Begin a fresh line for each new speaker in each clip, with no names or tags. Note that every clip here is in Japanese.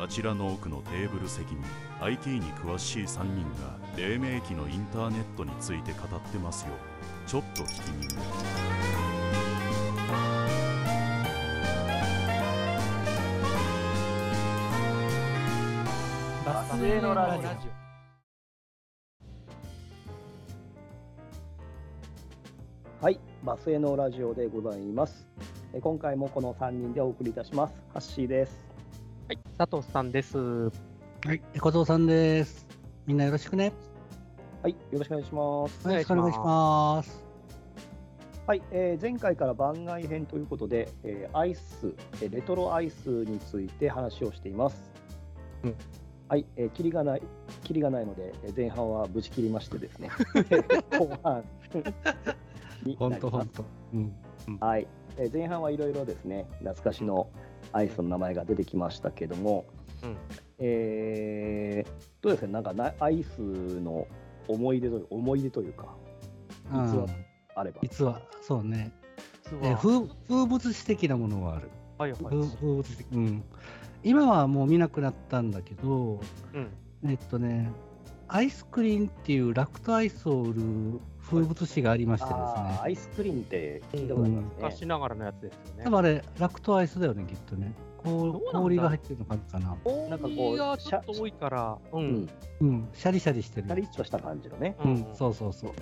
あちらの奥のテーブル席に IT に詳しい3人が黎明期のインターネットについて語ってますよちょっと聞きに
バスへのラジオ
はい、バスへのラジオでございます。えー今回もこの3人でお送りいたします。ハッシーです。
はい、佐藤さんです。よ
はい、小僧さんです。みんなよろしくね。
はい、よろしくお願いします。
お願い
よろ
します
くお願いします。
はい、えー前回から番外編ということで、えーアイス、えーレトロアイスについて話をしています。
うん
はい、えー、キリがない、キリがないので、えー前半は無事切りましてで すね。後半になります。
当。うん。
はい、えー前半はいろいろですね、懐かしのアイスの名前が出てきましたけども、
うん
えーどうですか、なんかなアイスの思い出という思い出というか、
うん
あれば。
実は、そうね。え
え
風風物詩的なものはある。
はいはい。
風風物詩的。うん。今はもう見なくなったんだけど、
うん。
えっとね、アイスクリーンっていうラクトアイスを売る風物詩がありましてで
あー
す
ア
ね。
イスクリーンって聞いたことありますね。
昔ながらのやつですよね。
多分あれ、ラクトアイスだよね、きっとね。
どう
こ
な
う
んだ
氷が入ってるのかな。
なんかこう
氷がちょっと多いから、う
うんん、。
うん、シャリシャリしてる
カ。リッとした感じのね。
うん、そうそうそう。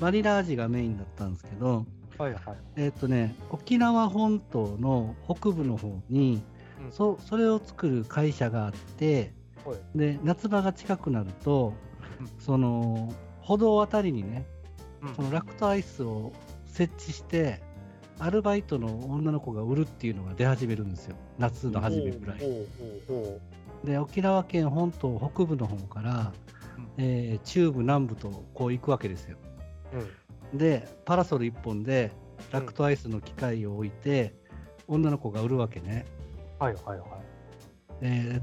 バニラ味がメインだったんですけど、
うん。はいはい。
えっ、とね、沖縄本島の北部の方に、
うん
そそれを作る会社があって、
は
で夏場が近くなると、
うん
その歩道あたりにね、
うん
そのラクトアイスを設置して、アルバイトの女の子が売るっていうのが出始めるんですよ、夏の初めぐらい。
ほうほうほう
で沖縄県本島北部の方から、えー中部南部とこう行くわけですよ。
ほううん
でパラソル1本でラクトアイスの機械を置いて、女の子が売るわけね、
はいはいはい。
えー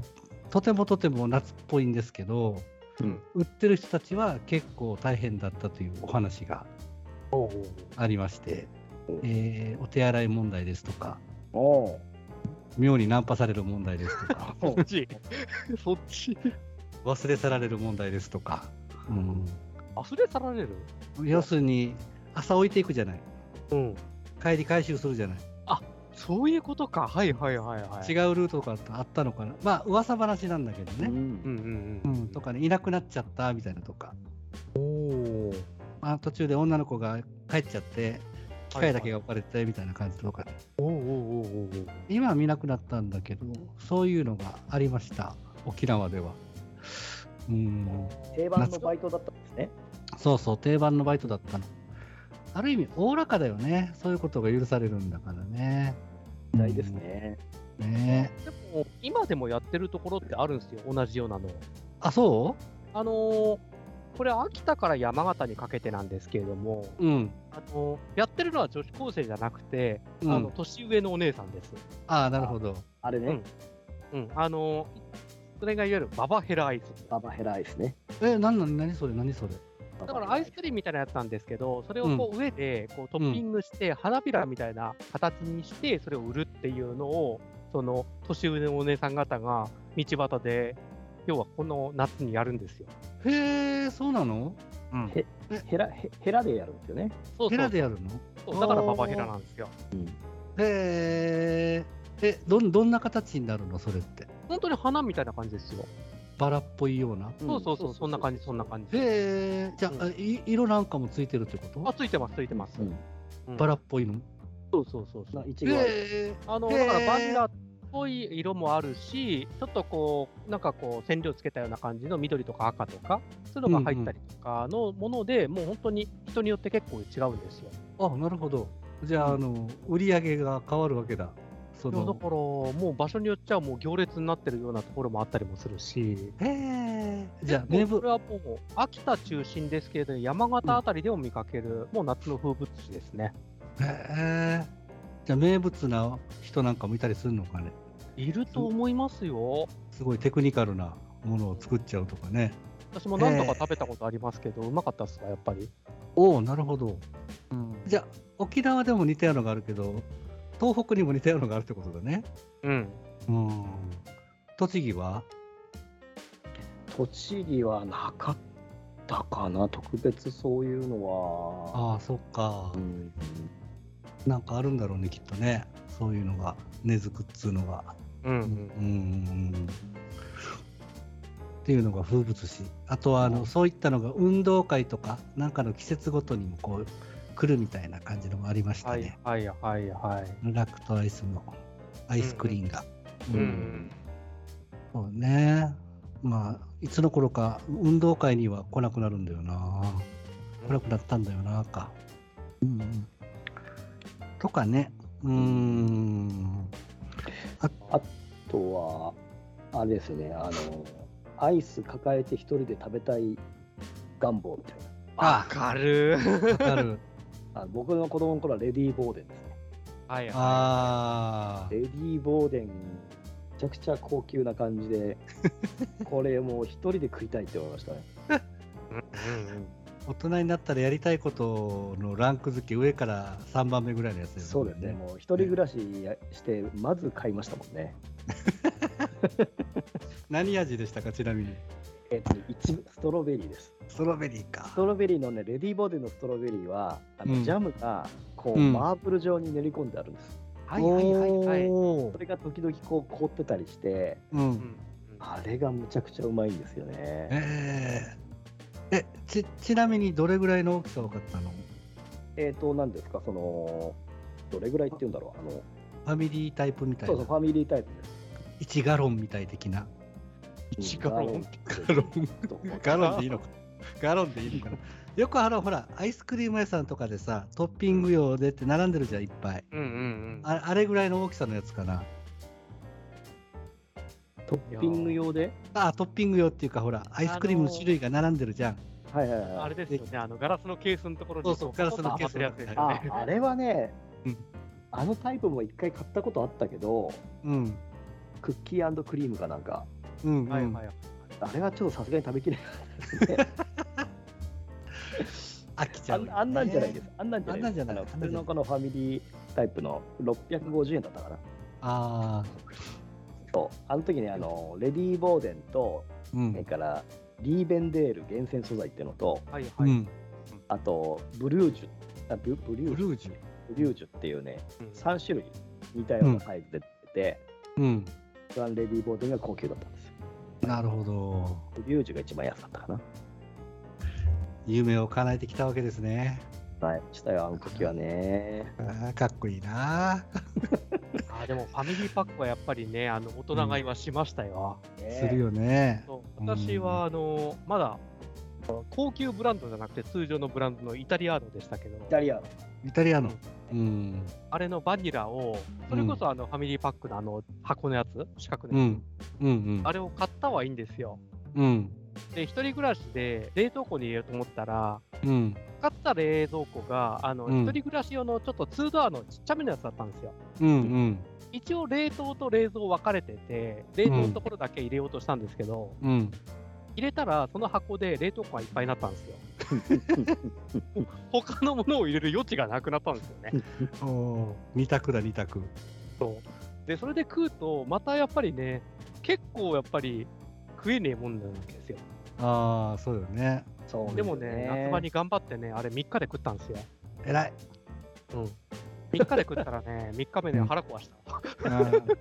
とてもとても夏っぽいんですけど、
うん
売ってる人たちは結構大変だったというお話が
ほうほうほ
ありまして
お、
えーお手洗い問題ですとか
おー
妙にナンパされる問題です とか
うそっち そっち
忘れ去られる問題ですとか、
忘れ去られる
うん要するに朝置いていくじゃない
うん。
帰り回収するじゃない、
そういうことか。はいはいはいはい。
違うルートとかあったのかなまあ噂話なんだけどね、
うん
うんうん
う
うん
ん、とかね、いなくなっちゃったみたいなとか、
おお。
まあ、途中で女の子が帰っちゃって、機械だけが置かれてみたいな感じとか、
おおおおおお。
今は見なくなったんだけど、そういうのがありました、沖縄では。うん、
定番のバイトだったんですね。
そうそう、定番のバイトだったの。ある意味、おおらかだよね、そういうことが許されるんだからね。
時代ですね。
うん。ねえ
でも、今でもやってるところってあるんですよ、同じようなの。
あ、そ
あのーこれ、秋田から山形にかけてなんですけれども、
ううん。
あのーやってるのは女子高生じゃなくて、
うん、
あの年上のお姉さんです。
ああ、なるほど。
あれね、
うん、あのーそれがいわゆるババヘラアイス。
ババヘラアイスね。
え、なんなに、何それ、何それ。
だ
だからアイスクリームみたいなやつなんですけど、それをこう上でこうトッピングして、花びらみたいな形にして、それを売るっていうのを、その年上のお姉さん方が道端で、要はこの夏にやるんですよ。
へえ、そうなの
うん
へヘラヘヘラでやるんですよね。
そう
ヘ
そ
ラ
う
でやるの
そう。だからババヘラなんですよ。
へーえ、どんどんな形になるのそれって。
本当に花みたいな感じですよ。
バラっぽいような。
そうそうそう、そんな感
じ。
じ、そんな感じ。
へえ、じゃあ、
う
い色なんかもついてるってこ
あ、
と
ついてます、ついてます。
うん
うん
バラっぽいの。
そうそうそうそ
な
う。
いちごある
へえ、
あの、
へ
だ
ー
からバニラっぽい色もあるし、ちょっとこう、なんかこう、染料つけたような感じの緑とか赤とか、そういうのが入ったりとかのもので、もう本当に人によって結構違うんですよ。
あ、なるほど。じゃあ、あの、売り上げが変わるわけだ。そ
いやだか
の
ら、もう場所によっちゃもう行列になってるようなところもあったりもするし、
へえ、じゃあ、
も
名
うこ
物
れ。はもう秋田中心ですけれども、山形あたりでも見かける、もう夏の風物詩ですね。
へえ。じゃあ、名物な人なんかもいたりするのかね。
いると思いますよ。
すごいテクニカルなものを作っちゃうとかね。
私も何度か食べたことありますけど、うまかったっすか、やっぱり。
おお、なるほど。
うん。
じゃあ、沖縄でも似たようなのがあるけど、東北にも似たようなのがあるってことだね。
うん。
うん。栃木は
栃木はなかったかな、特別そういうのは。
ああそっか
う、ん
なんかあるんだろうねきっとねそういうのが根付くっつうのが
う
う
んう
んう
ん
んうんっていうのが風物詩あとはあのそういったのが運動会とかなんかの季節ごとにもこう来るみたいな感じのもありました
はい
ね、
はいはいはい。
ラクとアイスのアイスクリーンが、
う
うん
ん
そうねまあいつの頃か運動会には来なくなるんだよな来なくなったんだよなかうんうんとかねうーん
あとは、あれですね、あの、アイス抱えて一人で食べたい願望みたい
わかる。
わか る
な。あ僕の子供の頃はレディー・ボーデンですね。
はいは
あ
レディー・ボーデン、めちゃくちゃ高級な感 じで、これもう一人で食いたいって思いましたね。
い。うんうんうん
大人になったらやりたいことのランク付け上から3番目ぐらいのやつだよ
そうですね、もう一人暮らしやして、まず買いましたもんね。
何味でしたかちなみに
えっと、一部ストロベリーです。
ストロベリー
ス
か
トロベリーのね、レディーボーデンのストロベリーは、あ
うん
のジャムがこう、
うん
マーブル状に練り込んであるんです。
はいはいはいはい。
お
そ
ー
れが時々こう凍ってたりして、
うん
うん
あれがむちゃくちゃうまいんですよね。
えーえちちなみにどれぐらいの大きさ分かったの
えっ、と、なんですか、その、どれぐらいっていうんだろう、あの、
ファミリータイプみたい
そ
な
うそう、ファミリータイプです。
1ガロンみたい的 な
一ガロン
ガロン ガロンでいい
の
のかガロンでいいのかなよくあのほらアイスクリーム屋さんとかでさトッピング用でって並んでるじゃんいっぱい
うんうん
ああれぐらいの大きさのやつかな
トッピング用で
あトッピング用っていうかほらアイスクリームの種類が並んでるじゃん、
はいはい
うん
はい。
あれですよね、あのガラスのケースのところに
そうそうガラスのケース
のやつですよ
あ
ね。
あれはね
うん、
あのタイプも一回買ったことあったけど、
うん
クッキークリームかなんか、
うんうん
はいはい。
あれはちょっとさすがに食べきれない
飽きちゃ
あ
うよね、
んあんなんじゃないです。あんなんじゃない
あんな
です。
んじゃない
あの
あんなん
普
じゃない
通のこのファミリータイプの650円だったかな。
あ
そう。あの時にあの、レディー・ボーデンと、
ーうん
それから、リーベンデール厳選素材っていうのと、
はいは
う
い。
ん
あと、ブルージュ、あブブリ
ブ
ュージュ
ルージュ
ブリュージュっていうね、
うん
3種類似たようなサイズで出てて、
うん
一番レディー・ボーデンが高級だったんですよ。
なるほど
ブリュージュが一番安かったか
夢を叶えてきたわけですね
な。はい。したよ、あの時はね。
あーかっこいいな
あでもファミリーパックはやっぱりね、あの大人が今しましたよ。
するよね
そう私はあのまだ高級ブランドじゃなくて通常のブランドのイタリアーノでしたけど、
イタリアの。
イタリアのうん
あれのバニラを、それこそあのファミリーパックのあの箱のやつ、四角の
う
やつ、
んうんうん
あれを買ったはいいんですよ。
うん
で、一人暮らしで冷凍庫に入れようと思ったら、
うん
買った冷蔵庫が、あの、
うん
一人暮らし用のちょっと2ドアのちっちゃめのやつだったんですよ。
うんうん
一応冷凍と冷蔵分かれてて、冷凍のところだけ入れようとしたんですけど、
うん
入れたらその箱で冷凍庫がいっぱいになったんですよ。他のものを入れる余地がなくなったんですよね。
おお2択だ2択
で、それで食うと、またやっぱりね、結構やっぱり食えねえもんなんですよ。
ああそうよね
そうなん
ですも
よ
ね、夏場に頑張ってね、あれ3日で食ったんですよ。
えらい
うん。3日で食ったらね、3日目で腹壊したわ。
あー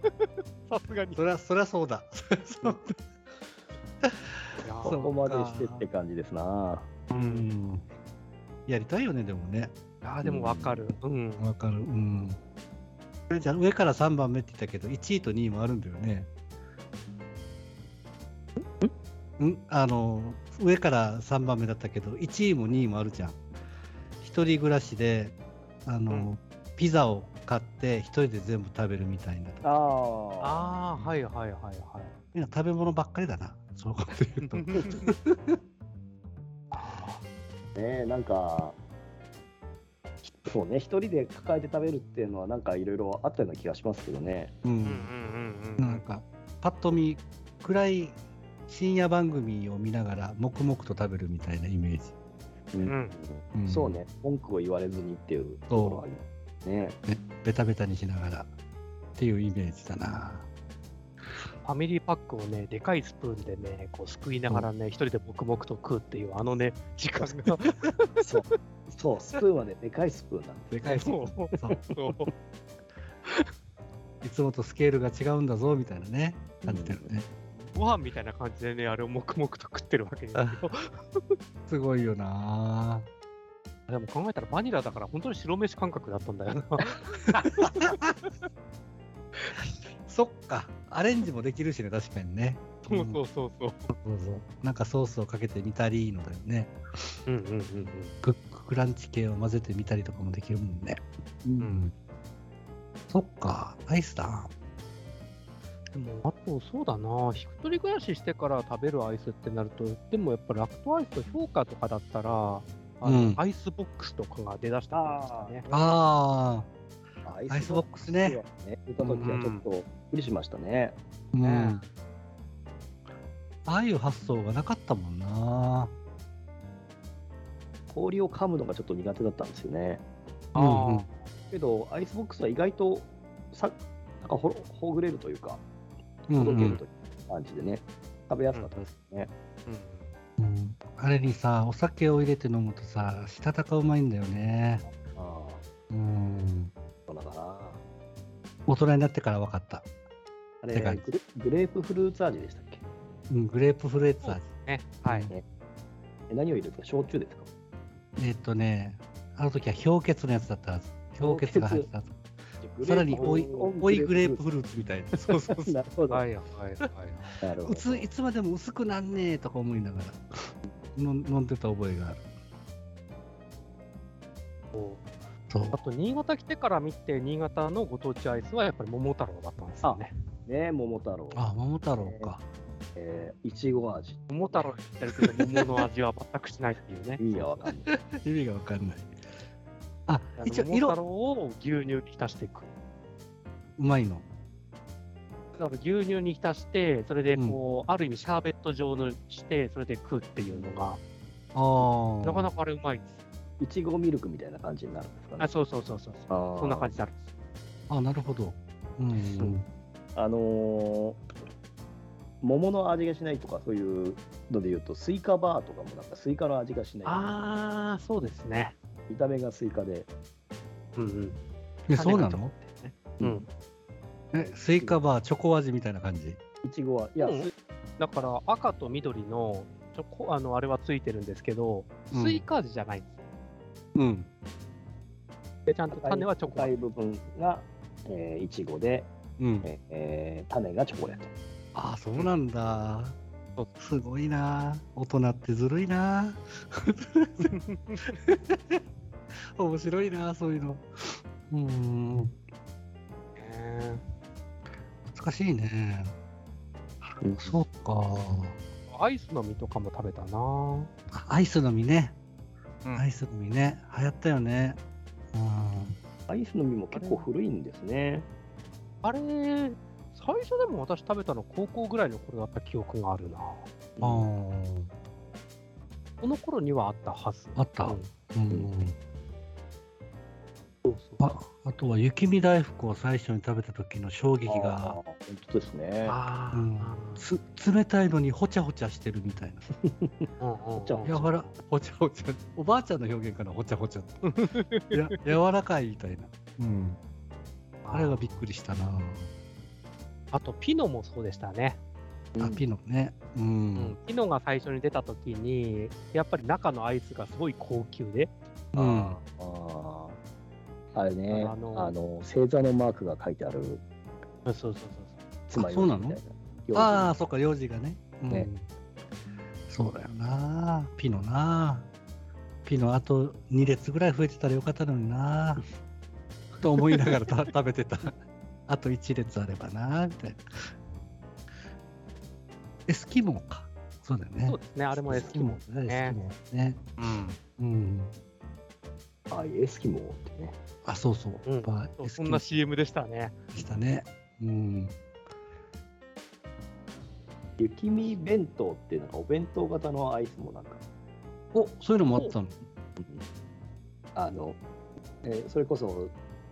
さすがに。
そりゃそりゃそうだ そう
そこまでしてって感じですな。
うんやりたいよねでもね
ああ、でもわかる。うん。
わかるうんそれじゃあ上から3番目って言ったけど1位と2位もあるんだよねんあの上から3番目だったけど1位も2位もあるじゃん一人暮らしであの、
うん
ピザを買って一人で全部食べるみたいなと
ああ。
ああ、はいはいはいはい。
みんな食べ物ばっかりだなそうかというと
ねなんか、そうね、一人で抱えて食べるっていうのは、なんかいろいろあったような気がしますけどね。
う
うんうん
ん
うんう
なん
ん。
かパッと見暗い深夜番組を見ながら黙々と食べるみたいなイメージ、
うん
ん
そうね、文句を言われずにっていうところはありますね。
ねベタベタにしながらっていうイメージだな
ファミリーパックをね、でかいスプーンでね、こうすくいながらね、一人で黙々と食うっていう、あのね、時間が。
そう、そう、スプーンはね、でかいスプーンなん
で
で
かいし
そ
そう
そう
いつもとスケールが違うんだぞみたいなね感じてるね、
ご飯みたいな感じでね、あれを黙々と食ってるわけですよ。
すごいよな
でも考えたらバニラだから、本当に白飯感覚だったんだよな。
そっかアレンジもできるしね確かにね
そうそうそうそう。
そうそうなんかソースをかけてみたりのだよね
うんうんうんうん。
クッククランチ系を混ぜてみたりとかもできるもんねうんそっかアイスだ
でも、あと、そうだな、一人暮らししてから食べるアイスってなると、でもやっぱラクトアイスの評価とかだったら、あの
うん
アイスボックスとかが出だしたんですかね。
あ
すよ。
アイスボックスね
アイスボックスね。見た時はちょっとびっくりしましたね。
あうん、
ね
ああいう発想がなかったもんな
氷を噛むのがちょっと苦手だったんですよね。
あー
うんうん
けど、アイスボックスは意外とさ、なんかほろほぐれるというか、
うん
ほ
う
ど
ん
けるという感じでね、食べやすかったですよね。
うんあれにさお酒を入れて飲むとさしたたかうまいんだよね
ああ、
うん
そうだな。
大人になってから分かった、
あ
て
れ
か
グレ、グレープフルーツ味でしたっけ
うん、グレープフルーツ味
ね、はい。
え何を入れるんですか焼酎ですか
えっとねあの時は氷結のやつだったはず氷結が入ってたはずさらに追い追いグレー プフルーツみたいなそう そうそう
なるほど。
はいはいはい。
なるほ
う
ど。
ついつまでも薄くなんねえとか思いながらの飲んでた覚えがあるそう
あと、新潟来てから見て、新潟のご当地アイスはやっぱり桃太郎だったんですよね。
ね桃太郎。
あ桃太郎か
えーいちご味。
桃太郎って言ってるけど、桃の味は全くしないっていうね
意。味がわかんない。
意味が分かんないあ
あの
一応
桃太
色
郎を牛乳に浸していく。
うまいの
だから牛乳に浸して、それでこう、ある意味シャーベット状にして、それで食うっていうのが、
ああ
なかなかあれうまいです。
いちごミルクみたいな感じになるんですかね
あ、。そうそうそうそう。
あー
そんな感じになるんです。
あなるほどうんうん
あのー桃の味がしないとかそういうので言うとスイカバーとかもなんかスイカの味がしない
ああ、そうですね。
見た目がスイカで
うんうん。
えそうな
種がちょ
の
うん。
えスイカバーチョコ味みたいな感じ
いちごはいや、
うん
スイ
だから赤と緑のチョコあのあれはついてるんですけど、スイカ味じゃないんですよ。
うん
でちゃんと種はチョコ
赤い部分が、えーいちごで、
うん
えーえー種がチョコレート
ああそうなんだ
そう
すごいな大人ってずるい な面白いなそういうのうん
ね
難しいねそうか
アイスの実とかも食べたな。
あアイスの実ね、
うん
アイスの実ね流行ったよねうん
アイスの実も結構古いんですね
あれ、最初でも私食べたの高校ぐらいの頃だった記憶があるな。
あ
うん
ー
この頃にはあったはず。
あった
うん
うんああとは雪見大福を最初に食べた時の衝撃
あー
が
本当ですね
ああ、
うんつ冷たいのにほちゃほちゃしてるみたいな
うんうん
じゃあ
やわらほちゃほちゃおばあちゃんの表現かなほちゃほちゃってや柔らかいみたいな、うん、あれがびっくりしたな、
あとピノもそうでしたね、
あピノねう
うん
ん、
ピノが最初に出た時にやっぱり中のアイスがすごい高級で
うん
あーあれね
あ
あ
の
の星座のマークが書いてある
そうそうそう
つま
あ
よ
そうう
じ
な
み
の
たいな
ああ
そ
そっか幼児がね,、うん、
ね
そうだよなピノなピノあと2列ぐらい増えてたらよかったのに なと思いながらた 食べてたあと1列あればなみたいなエスキモーかそうだよね
そうですねあれもエスキモ
ー
ね
エスキモーねうん、うん、
あエスキモーってね
あそうそう、
うん
やっぱ
ー
エス
そ
キモ
んな
ー
CM でしたね
でしたねうん
雪見弁当っていうのがお弁当型のアイスもなんか
おそういうのもあったの
あの、えーそれこそ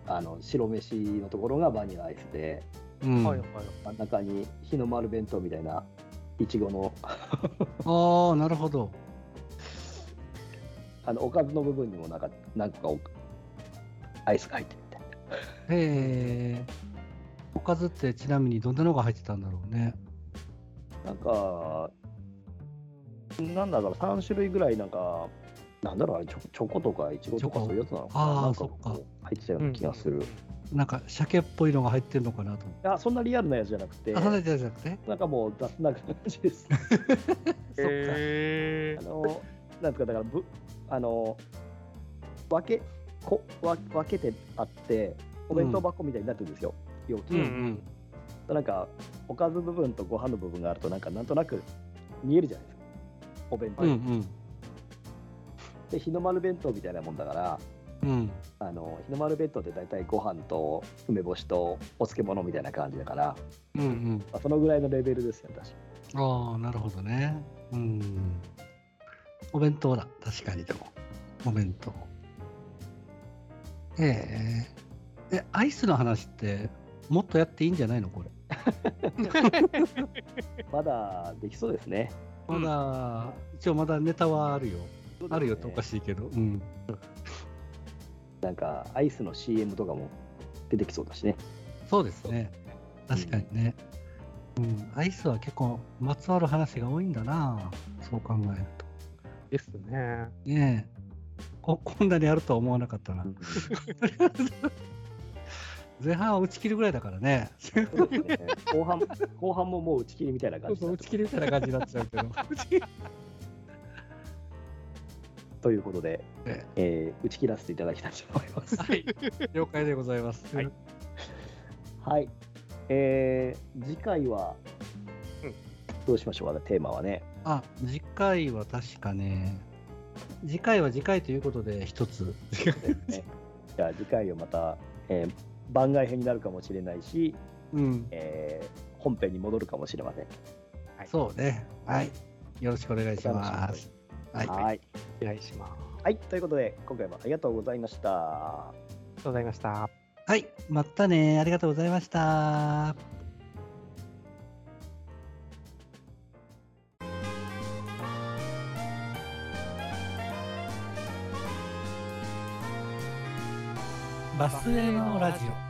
あの白飯のところがバニラアイスで
うん
はいはい。
真ん中に日の丸弁当みたいな、いちごの、
ああ、なるほど。
あの、おかずの部分にもなんか、何個かおアイスが入ってるみたいな。
へえ。おかずってちなみにどんなのが入ってたんだろうね。
なんか、なんだろう、3種類ぐらい、なんか、なんだろう、あれチョコ、チョコとかイチゴとか
チョコ
そういうやつなのか
あ
な
ー
なんか
そっか
こう入ってたような気がする。い
なんか鮭っぽいのが入ってるのかなと思って。
や、そんなリアルなやつじゃなくて、
あ、そうじゃなくて。
なんかもう雑な感じ です。
へ
あの、なんですか、だから、ぶあの、分け、こ分分けてあって、お弁当箱みたいになってるんですよ、容器
う
うんん
う
うんん。
なんか、おかず部分とご飯の部分があると、なんか、なんとなく見えるじゃないですか、お弁当。
うんうん。
で、日の丸弁当みたいなもんだから、
うん。
あの日の丸弁当って大体ご飯と梅干しとお漬物みたいな感じだから、
うんうん。
まあそのぐらいのレベルですよ、私。
ああ、なるほどね。うん。お弁当だ、確かにでも。お弁当。えええ、アイスの話って、もっとやっていいんじゃないのこれ。
まだできそうですね。
まだ、一応まだネタはあるよ。あるよっておか
い。
しいけど。うん。
なんか、アイスの CM とかも出てきそうだし ね。
そうですね。確かにね。うん。アイスは結構、まつわる話が多いんだな。そう考えると。
ですね。
ねえ。こ こんなにあるとは思わなかったな。前半は打ち切るぐらいだからね。
そうですね後半、後半ももう打ち切りみたいな
そ
感
う
じ
そう、
だ
打ち切りみたいな感じになっちゃう けど。
ということで、
え
えー打ち切らせていただきたいと思い ます。
はい、了解でございます。
はい
はい。えー次回は
うん、
どうしましょうか、テーマはね。
あ、次回は確かね、次回は次回ということで、一つ。
ねじゃあ次回をまた、えー番外編になるかもしれないし、
うん、
えー本編に戻るかもしれません。
そうね。はい。よろしくお願いしま
お楽し
す。はい。
はいはい、
お願いします。あり
ということで今回もありがとうございました。
がとうございました。
はい。またね。ありがとうございました。バスへのラジオ。